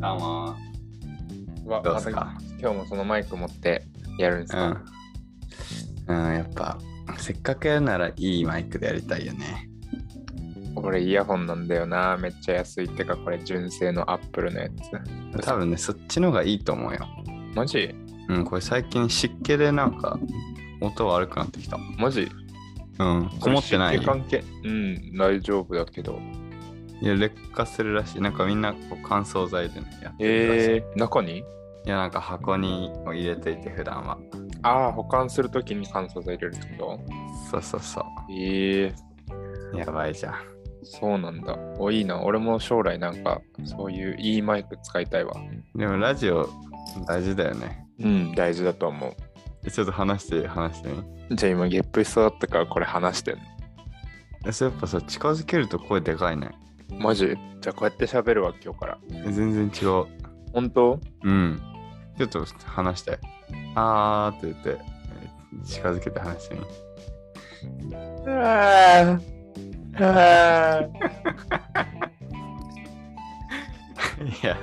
さんは。わどうっすか今日もそのマイク持ってやるんですか、うん。うん、やっぱ、せっかくやるならいいマイクでやりたいよね。俺イヤホンなんだよなめっちゃ安いってかこれ純正のアップルのやつ多分ね、そっちの方がいいと思うよ。マジうん、これ最近湿気でなんか、音悪くなってきた。マジうん、こもってない湿気よ。関係うん大丈夫だけどいや、劣化するらしい。なんかみんなこう乾燥剤でね、やってるらしい。えー、中にいや、なんか箱にも入れといて、普段は。ああ保管するときに乾燥剤入れるってことそうそうそええう。やばいじゃん。そうなんだおいいな俺も将来なんかそういういいマイク使いたいわでもラジオ大事だよね。うん大事だと思えちょっと話して、話してみ。うじゃあ今ゲップしそうだったからこれ話してんのえそれやっぱさ、近づけると声でかいね。マジじゃあこうやって喋るわ今日からえ全然違う。本当うん。ちょっと話して。あーって言って、え近づけて話してみ。あああいや、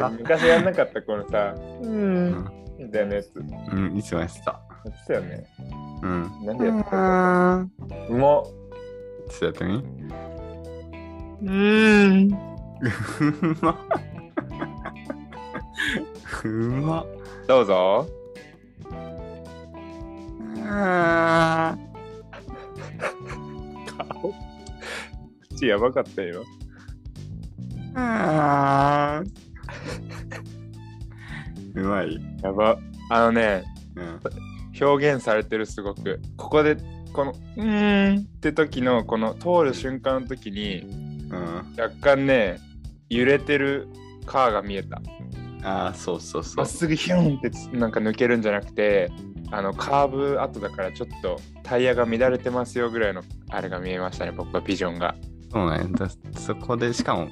あ昔やんなかったこのさううんん、みたいなやつやうん、いつもやってた。ってたよねうん。なんうでやってたーん。うまっちょっとやってみ。ううんまっ。うまっ。どうぞあー顔口やばかったよあーうまい。やばあのねうん。表現されてるすごくここでこの「うーん」って時のこの通る瞬間の時にうん、若干ね揺れてるカーが見えたああ、そうそうそまうっ。すぐヒュンってつなんか抜けるんじゃなくてあのカーブ後だからちょっとタイヤが乱れてますよぐらいのあれが見えましたね僕はビジョンがそうね。だそこで、しかも、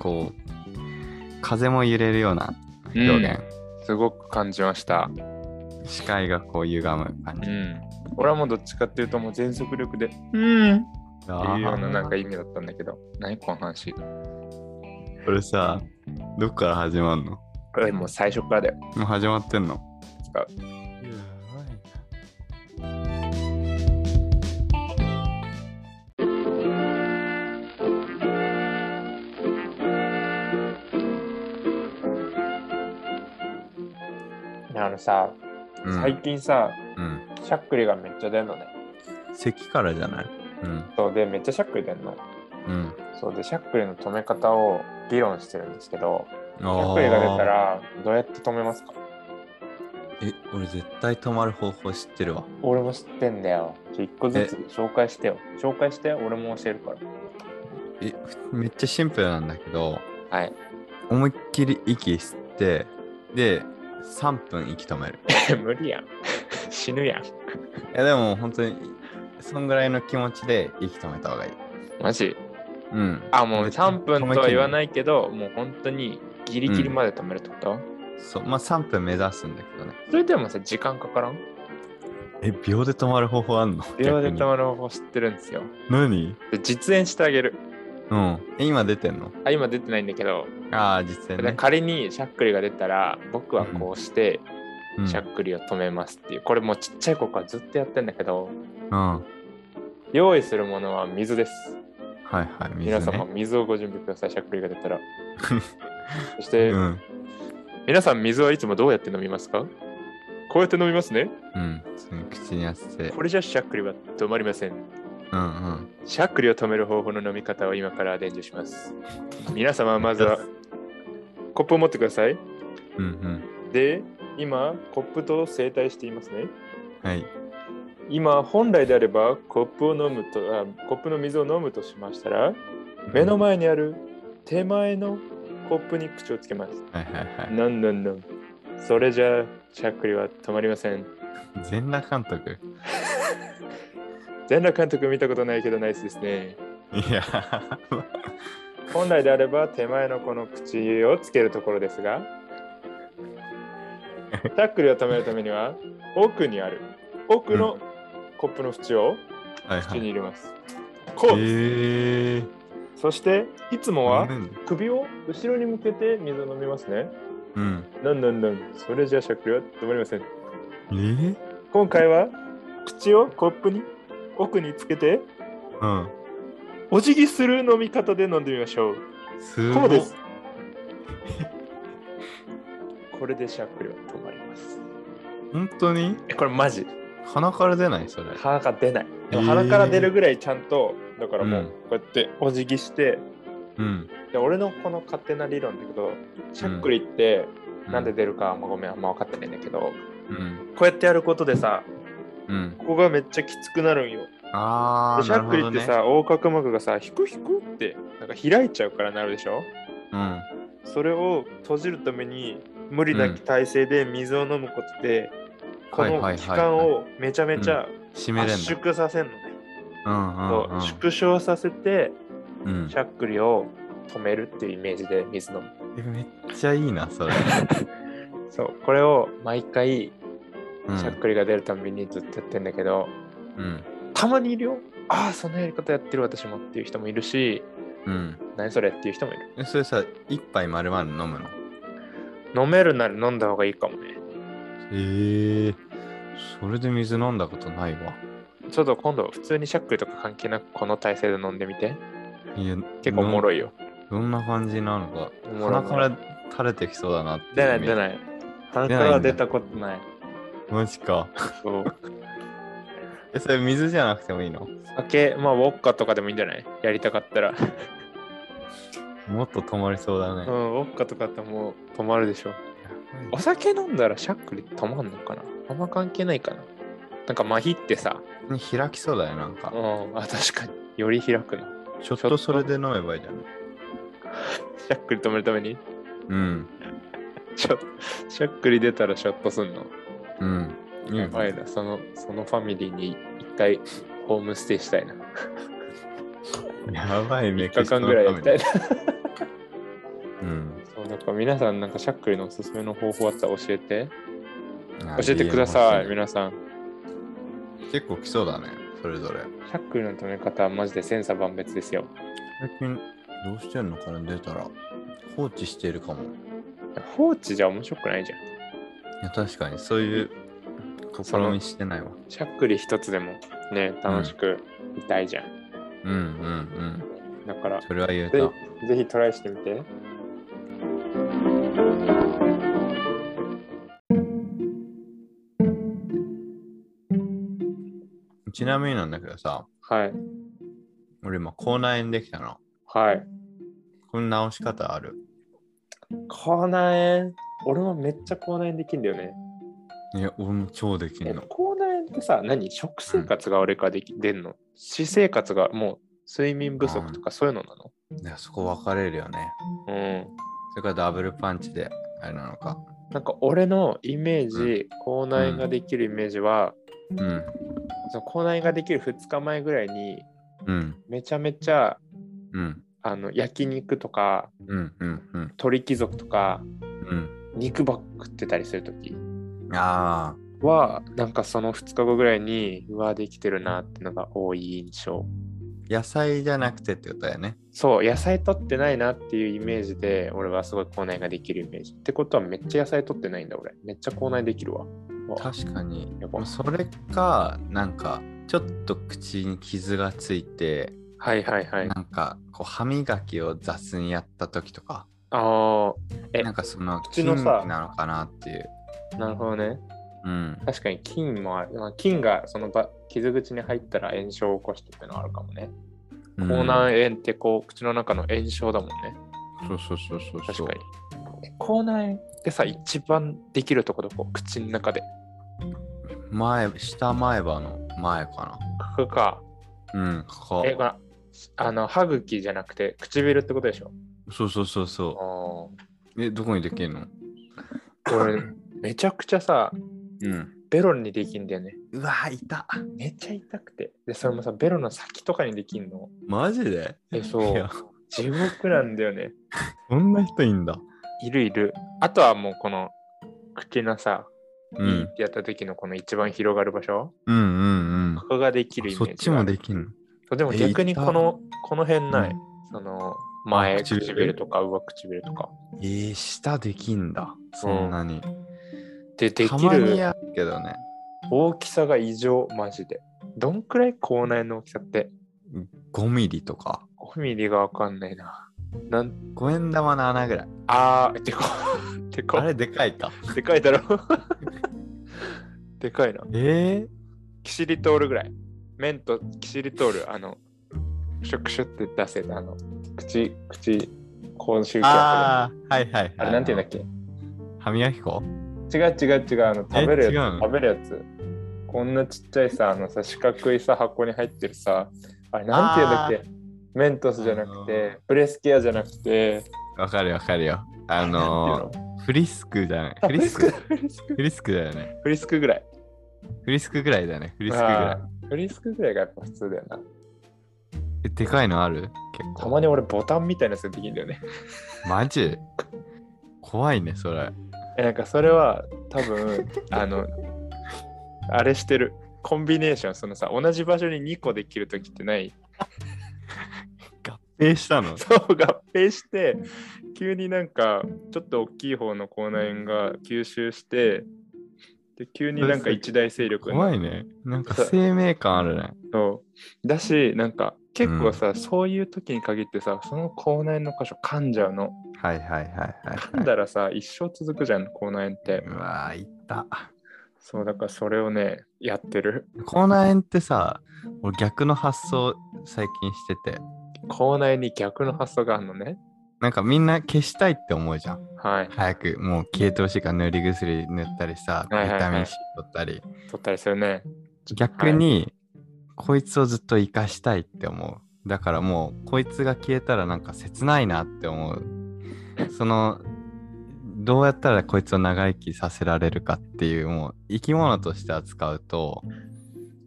こう、風も揺れるような表現。すごく感じました視界がこう歪む感うじ。ん俺はもうどっちかっていうともう全速力で「うん」っあてーいうようななんか意味だったんだけど何この話これさ、どっから始まんのもこれもう最初からだよう始まってんの使うあのさ、うん、最近さうん。しゃっくりがめっちゃ出んのね咳からじゃないうん。そうでめっちゃしゃっくり出んのうん。そうでしゃっくりの止め方を議論してるんですけどししゃっくりが出た。らどうやって止めますかえ、俺絶対止まる方法知ってるわ。俺も知ってんだよちょ1個ずつ紹介してよ紹介して俺も教えるからえ、ふめっちゃシンプルなんだけど、はい思いっきり息吸って、で、3分息止 める。 無理やん死ぬやんいや、でも本当に、そんぐらいの気持ちで息止めた方がいい。マジうん。あもう3分とは言わないけどもう本当にギリギリまで止めるってこと、そう、まあ3分目指すんだけどね。それでもさ時間かからんえ、秒で止まる方法あんの秒で止る。まる方法知ってるんですよ何で実演してあげるうん。え、今出てんのあ今出てないんだけどああ、実践でね。仮にしゃっくりが出たら僕はこうしてうんしゃっくりを止めますっていう、これもうちっちゃい子からずっとやってんだけどうん。はい用意するものは水ですはい、水ね皆様水をご準備くださいしゃっくりが出たら そして、うん。皆さん水はいつもどうやって飲みますかこうやって飲みますねうん。その口に当てて。これじゃしゃっくりは止まりませんうんうん。しゃっくりを止める方法の飲み方を今から伝授し ます皆様まずはコップを持ってくださいうんうん。で今コップと整体していますねはい。今本来であればコップを飲むとあコップの水を飲むとしましたら目の前にある手前のコップに口をつけます。はいはいはい。なんなんなん。それじゃあしゃっくりは止まりません。全裸監督。全裸監督見たことないけどナイスですね。いや、 本来であれば手前のこの口をつけるところで すが、しゃっくりを止めるためには奥にある奥のコップの縁をはいは口にい。入れます。こうですえー。そしていつもうはん首を後ろに向けて水を飲みますね。うん。なんなんなん、それじゃ食は止まりません。えー今回は口をコップに奥につけてうん。お辞儀する飲み方で飲んでみましょう。すこごういです。これでしゃくりは止まります。本当にえこれマジ鼻から出ないそれ。鼻が出ない。えー鼻から出るぐらいちゃんと、だからもうんうこうやってお辞儀して、うん。で俺のこの勝手な理論だけど、しゃっくりってなんで出るか、まあ、ごめん、あんま分かってないんだけど、こうん。うやってやることでさ、うん。ここがめっちゃきつくなるんよ。ああ、でしゃなるっほくりどってね。さ、横隔膜がさ、ひくひくってなんか開いちゃうからなるでしょうん。それを閉じるために無理なき体勢で水を飲むことで、こはいはいはいはのい期間をめちゃめちゃ閉めれ圧ん縮させんのね。の。そう縮小させてうんうんうん。しゃっくりを止めるっていうイメージで水飲む。えめっちゃいいな、それ。そうこれを毎回うんしゃっくりが出るたびにずっとやってんだけど、うん。たまにいるよ。ああ、そのやり方やってる私もっていう人もいるし、うん。何それっていう人もいる。えそれさ、一杯丸々飲むの飲めるなら飲んだ方がいいかもね。ええそれで水飲んだことないわ。ちょっと今度普通にシャックとか関係なくこの体勢で飲んでみて。いや、結構おもろい。いよ。どんな感じなのか。おもろ鼻いから垂れてきそうだなっていう出なイメいージ出ない。鼻出かないんらだ出たことない。マジか。そう。え、それ水じゃなくてもいいの酒、まあウォッカとかでもいいんじゃないやりたかったら。もっと止まりそうだね。うん、ウォッカとかだってもう止まるでしょ。やばお酒飲んだらシャックリ止まんのかなあんま関係ないかな。なんか麻痺ってさ、いね開きそうだよ、なんかう。ん、あ、確かに。より開くな。ちょっとそれで飲めばいいじゃん。シャックリ止めるために、うん。ちょシャックリ出たらショットすんの。うん。いいねやばいな、その、そのファミリーに一回ホームステイしたいな。やばい、メキ3日シコ間のぐらいやり神たいな。うん。そう、なんか皆さん、なんかシャックリのおすすめの方法あったら教えて。あ教えてください、。 DM 欲皆さん。しね結構来そうだね、それぞれ。シャックリの止め方はマジで千差万別ですよ。最近、どうしてんのかな、出たら。放置してるかも。放置じゃ面白くないじゃん。いや、確かに、そういう試みしてないわ。シャックリ一つでもね、楽しくいたいじゃん。うんうんうん。だから、ぜそれは言えた。ぜひトライしてみて。ちなみになんだけどさ、はい。俺今、口内炎できたの。はい。この直し方ある。口内炎。俺もめっちゃ口内炎できんだよね。いや、俺も超できえんの。口内炎ってさ、何食生活が悪いからでき、出んの私生活がもう睡眠不足とかそういうのなのいや、そこ分かれるよね。うん。それからダブルパンチで、あれなのか。なんか俺のイメージ、口内炎ができるイメージは、うん。その口内炎ができる2日前ぐらいに、うん。めちゃめちゃうん。あの焼肉とかうん。うん。うん。鳥貴族とかうん。肉ばっか食ってたりするときあは、なんかその2日後ぐらいに、うわ、できてるなってのが多い印象。ー野菜じゃなくてってことだよね。そう、野菜取ってないなっていうイメージで、俺はすごい口内炎ができるイメージ。ってことはめっちゃ野菜取ってないんだ、俺。めっちゃ口内炎できるわ。うわ確かに。やばそれか、なんか、ちょっと口に傷がついて、はいはいはい。あなんか、こう、歯磨きを雑にやった時とか、あえなんかその、口のさ筋なのかなっていう。ー、なるほどね。うん。確かに菌もある。まあ、菌がそのば傷口に入ったら炎症を起こしてってのはあるかもね。うん口内炎ってこう口の中の炎症だもんね。そうそうそうそうそ確う。かに。え口内炎ってさ、一番できるとこどこ口の中で。前、下前歯の前かここか。な。うん、ここえ、。ほら、あの、歯茎じゃなくて唇ってことでしょ。そうそうそうそあう。え、どこにできるのあ。俺、めちゃくちゃさ、うん。ベロにできんだよね。うわ、いた。めっちゃ痛くて。で、それもさ、ベロの先とかにできんの。マジでえ、そいうや。地獄なんだよね。そんな人いんだ。いるいる。あとはもうこの口のさ、ういいっん。てやった時のこの一番広がる場所、うんうんうんこ。こができるイメーそジっちもでできんのでも逆にこの、この辺ない。その前あ唇唇とか上唇とか。えー、舌できんだ。そんなに。で、でたきまにるやるけどね。大きさが異常、マジで。どんくらい口内の大きさって5ミリとか。 ?5 ミリがわかんないな。なん五円玉の穴ぐらい。あー、でこ、 でこあ、れでかいか。でかいだろ。 でかいな。えキシリトールぐらい。麺とキシリトール、あの、シュクシュって出せた、あの、口、口、口臭ー、器あああ、はいはいはい。あれなんていうんだっけ歯磨き粉違う違う違うあの食べるえ違うやのつ食べるやつこんなちっちゃいさあのさ四角いさ箱に入ってるさあれなんていうんだっけメントスじゃなくて、あのーブレスケアじゃなくてわかるわかるよ。あなんのていうー、フリスクじゃない。あフリスクフリスクフリスクだよね。フリスクぐらいフリスクぐらいだよね。フフリスクぐら。フリスクぐらいがやっぱ普通だよないえ、でかいのある結構。たまに俺ボタンみたいなやつできるんだよねマジ怖いね、それ。えなんかそれは多分あのあれしてるコンビネーションそのさ同じ場所に2個できる時ってない合併したのそう合併して急になんかちょっと大きい方の口内炎が吸収してで急になんか一大勢力にな怖るいね。なんかそう生命感あるね。そうだしなんか結構さ、そういう時に限ってさその口内炎の箇所噛んじゃうのはいはいはいはい。噛んだらさ一生続くじゃん口内炎ってうわー、いった。そうだからそれをねやってる口内炎ってさ、俺逆の発想最近してて、口内に逆の発想があるのねなんかみんな消したいって思うじゃん。はい早くもう消えてほしいから塗り薬塗ったりさ、はいはいはいビタミン C 取ったり。取ったりするね逆に、こいつをずっと生かしたいって思う。だからもう、こいつが消えたらなんか切ないなって思う。その、どうやったらこいつを長生きさせられるかっていう、もう生き物として扱うと、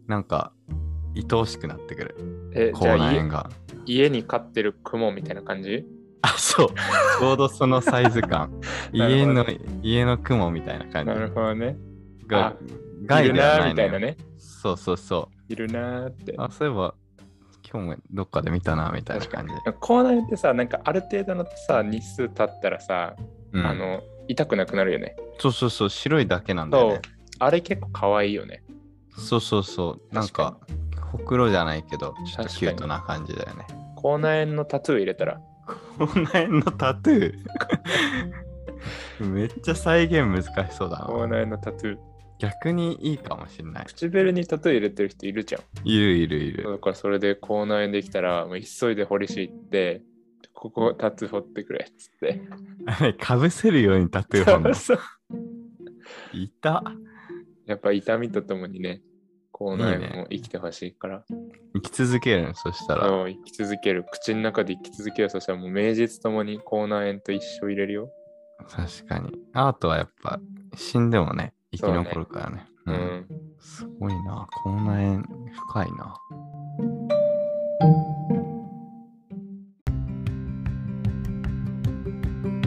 なんか、愛おしくなってくる。えじ口ゃあ内家炎が。家に飼ってる雲みたいな感じあ、そう。ちょうどそのサイズ感。 なる家ほどの、家の雲みたいな感なるじほどねがあ、い害るではななーいみたいなのよ。ねそうそうそう。いるなーって。あ、そういえば、今日もどっかで見たな、みたいな感じ。口内炎ってさ、なんかある程度のさ、日数経ったらさ、うん、あの、痛くなくなるよね。そうそうそう、白いだけなんだよそねう。。あれ結構可愛いよね。そうそうそう、なんか、ほくろじゃないけど、ちょっとキュートな感じだよね。口内炎のタトゥー入れたら。この辺のタトゥー。 めっちゃ再現難しそうだ口な。内炎のタトゥー。逆にいいかもしんない。唇にタトゥー入れてる人いるじゃん。いるいるいる。だからそれで口内炎できたら、もう急いで掘りし行って、ここタトゥー掘ってくれっつ って。あれ かぶせるようにタトゥー本の そういた。やっぱ痛みとともにね、口内炎も生きてほしいから。生き続けるの、そしたら。そう生き続ける口の中で生き続けるそしたらもう名実ともに口内炎と一生入れるよ、確かに。アートはやっぱ、死んでもね、生き残るからね。ううんんすごいな。口内炎深いな。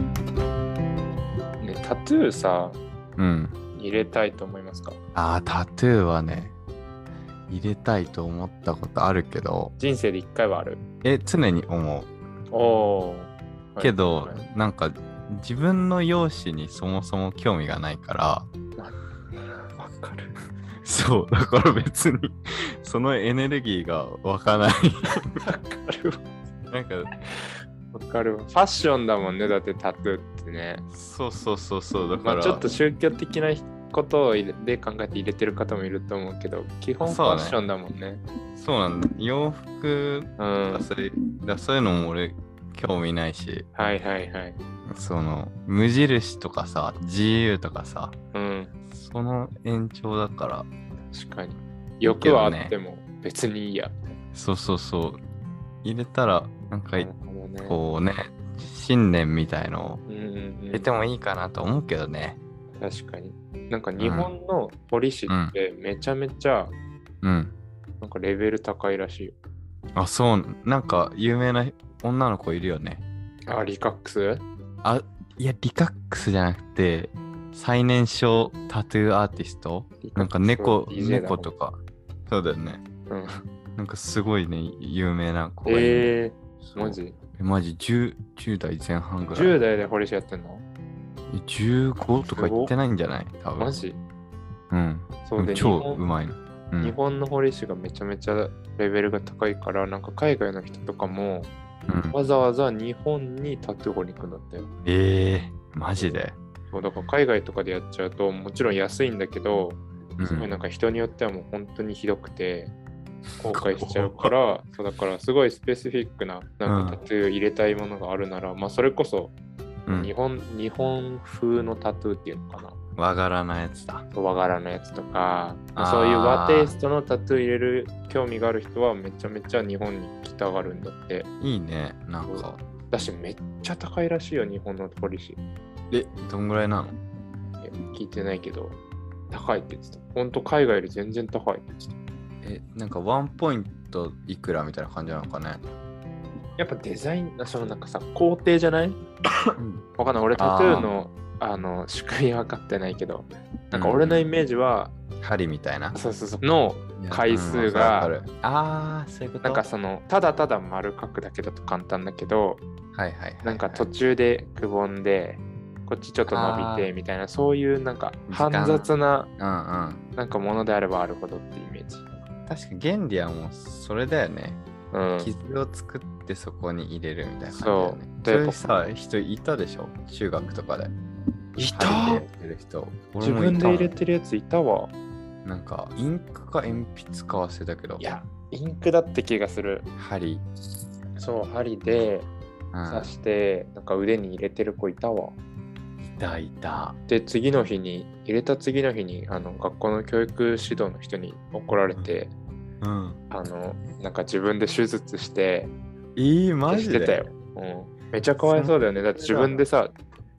ね、タトゥーさうん。入れたいと思いますかああ、タトゥーはね、入れたいと思ったことあるけど、人生で一回はあるえ、常に思おおう。けど、はいなんか、自分の容姿にそもそも興味がないから、 わかるそう、だから別に、 そのエネルギーが湧かない。 わかるなんか、わかるファッションだもんねだってタトゥーってねそうそうそうそう、だかまら、あ、ちょっと宗教的なことを入れで考えて入れてる方もいると思うけど基本フそうァねッションだもんねそうなんだ。洋服うとんかそういうだそういうのも俺、興味ないし、はいはいはいその、無印とかさ、GU とかさ、うんその延長だから、確かに欲はあっても別にいいやそうそうそう。入れたら、なんか、なるほどねこうね、信念みたいのをうんうんうん入れてもいいかなと思うけどね。確かに。なんか日本のポリシーってめちゃめちゃうん。なんかレベル高いらしいよ。あ、そう、なんか有名な女の子いるよね。あ、リカックスあ、いや、リカックスじゃなくて、最年少タトゥーアーティストなんか猫、猫とか。か。そうだよね。うんなんかすごいね、有名な子がいるえそうマジえマジ 10, 10代前半ぐらい。 10代で堀市やってんのえ15とか言ってないんじゃない多分。マジうん。そうででも超日う本まいの。う日ん。本の堀市がめちゃめちゃレベルが高いからなんか海外の人とかもうん、わざわざ日本にタトゥー掘りに行くんだってよええマジで。そうだから海外とかでやっちゃうともちろん安いんだけどうんすごいなんか人によってはもう本当にひどくて後悔しちゃうから そうだからすごいスペシフィックななんかうんタトゥー入れたいものがあるなら、まあそれこそうん日本,、日本風のタトゥーっていうのかな和柄なやつだ。そう和柄のやつとかあーそういう和テイストのタトゥー入れる興味がある人はめちゃめちゃ日本に来たがるんだっていいね、なんか。だしめっちゃ高いらしいよ日本のポリシーえ、どんぐらいなのいや聞いてないけど高いって言ってた本当海外より全然高いって言ってたえ、なんかワンポイントいくらみたいな感じなのかね。やっぱデザインあそのなんかさ工程じゃないわかんない俺タトゥーのあの仕組み分かってないけどなんか俺のイメージは、針みたいな。そうそうそうの回数があるあー、そういうことなんかそのただただ丸書くだけだと簡単だけどはいはいはいはい。なんか途中でくぼんでこっちちょっと伸びてみたいなそういうなんか時間煩雑なうんうん。なんかものであればあるほどってイメージ、確か原理はもうそれだよね。うん、傷を作ってそこに入れるみたいな感じだよね。そそうういうさ、人いたでしょ中学とかで。い針たでやってる人。俺自もいた分で入れてるやついたわなんか、インクか鉛筆か忘れたけど、いやインクだって気がする針。そう針でうん刺して、なんか腕に入れてる子いたわいたいた。で次の日に入れた次の日にあの学校の教育指導の人に怒られて、うん。あのなんか自分で手術してえー、マしジでてたよ、うん、めちゃかわいそうだよねだって自分でさ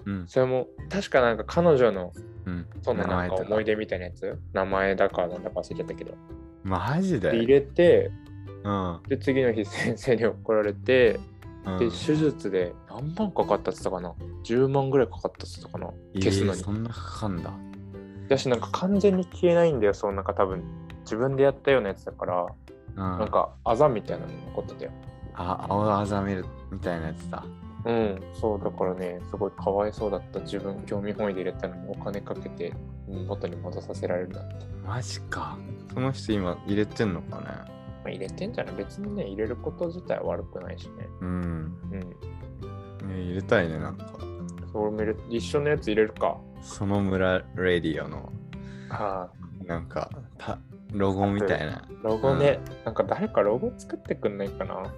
うん。それも確かなんか彼女のうん。そのなんかと思い出みたいなやつ名前だかなんだか忘れちゃったけどマジでで入れてうん。で次の日先生に怒られてうんで手術で何万かかったっつったかな10万ぐらいかかったっつったかな消すのえにーそんなかかんだ。だしなんか完全に消えないんだよそうなんか多分自分でやったようなやつだからななん、かあざみたいなの残ってたよあ、青あざめるみたいなやつだ。うんそうだからねすごいかわいそうだった自分興味本位で入れたのにお金かけてうん元に戻させられるなんて、まマジか。その人今入れてんのかね。あ、入れてんじゃない別にね入れること自体は悪くないしねうん。うんね入れたいね、なんか。そう俺も入れ一緒のやつ入れるかその村レディオの、ああなんか、たロゴみたいな。ロゴね、なんか誰かロゴ作ってくんないかなな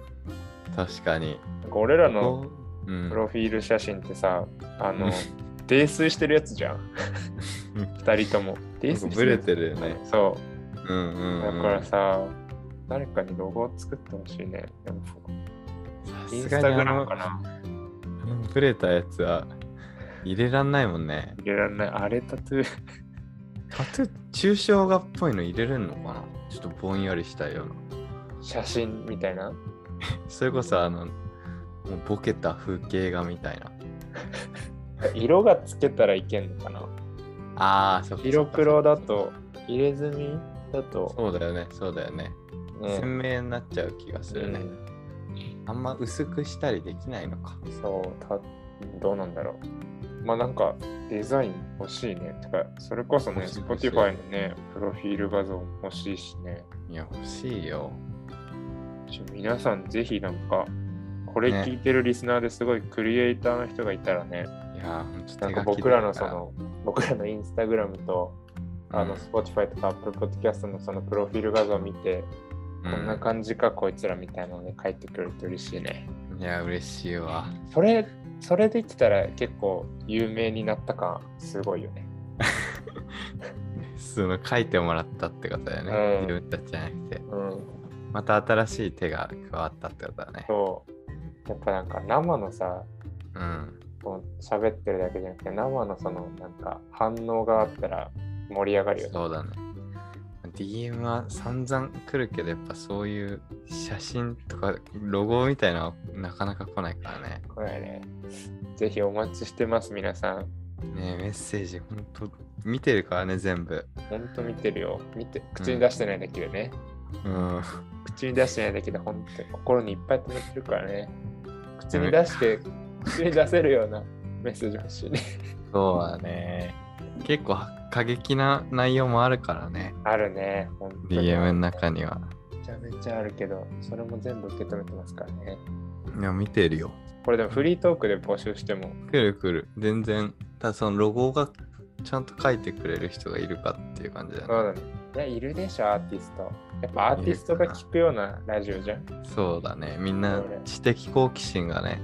確かに。んか俺らのうプん。ロフィール写真ってさ、あうのん、泥酔してるやつじゃん。 二人とも。泥酔してブレてるよね。そうんうう。んだうん。からさ、誰かにロゴを作ってほしいね。でもさインすスがタにグあラムのか、なあのブレたやつは入れらんないもんね。入れられない。あれタトゥー。タトゥー、抽象画っぽいの入れれんのかなちょっとぼんやりしたいような。写真みたいな。それこそあの、もうボケた風景画みたいな。色がつけたらいけんのかな。ああ、そっか色黒だと、入れ墨だと、そうだよね、そうだよね。ね鮮明になっちゃう気がするね。うんあんま薄くしたりできないのか。そうた、どうなんだろう。まあなんかデザイン欲しいね。てか、それこそね、欲しい欲しい Spotify のね、プロフィール画像も欲しいしね。いや、欲しいよ。ちょ皆さんぜひなんかこれ聞いてるリスナーですごいクリエイターの人がいたらねいやー、ほんと手書きなんかだ僕らのそ、の僕らのインスタグラムとあの Spotify とか Apple Podcast のそのプロフィール画像を見て、うん、こんな感じかこいつらみたいなので書いてくれると嬉しいねうんいや、嬉しいわ。それそれできたら結構有名になった感すごいよねその書いてもらったってことだよね。うん自分たちじゃなくて。うんまた新しい手が加わったってことだね。そうやっぱなんか生のさうん。こう喋ってるだけじゃなくて生のそのなんか反応があったら盛り上がるよねそうだね。DM は散々来るけど、やっぱそういう写真とかロゴみたいなのはなかなか来ないからね。これね、ぜひお待ちしてます、皆さん。ねえメッセージ、ほんと見てるからね、全部。ほんと見てるよ。見て、口に出してないだけでね。うん。口に出してないだけで、本当に心にいっぱい溜まってるからね。口に出して、口に出せるようなメッセージ欲しいね。そうだね。結構過激な内容もあるからね。 あるね、本当に。 DM のめ中には。ちゃめちゃあるけど、それも全部受け止めてますからね。いや、見てるよ。これでもフリートークで募集しても、来る来る。全然。ただそのロゴがちゃんと書いてくれる人がいるかっていう感じだそね。うだね。いや、いるでしょ、アーティスト。やっぱアーティストが聞くようなラジオじゃん。そうだね。みんな知的好奇心がね、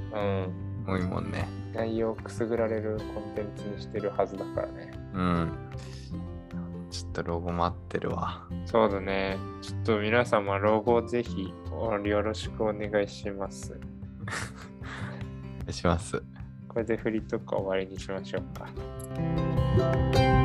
うん。多いもんね。内容をくすぐられるコンテンツにしてるはずだからね。うん。ちょっとロゴ待ってるわ。そうだね。ちょっと皆様、ロゴをぜひよろしくお願いします。お願いします。これでフリートークは終わりにしましょうか。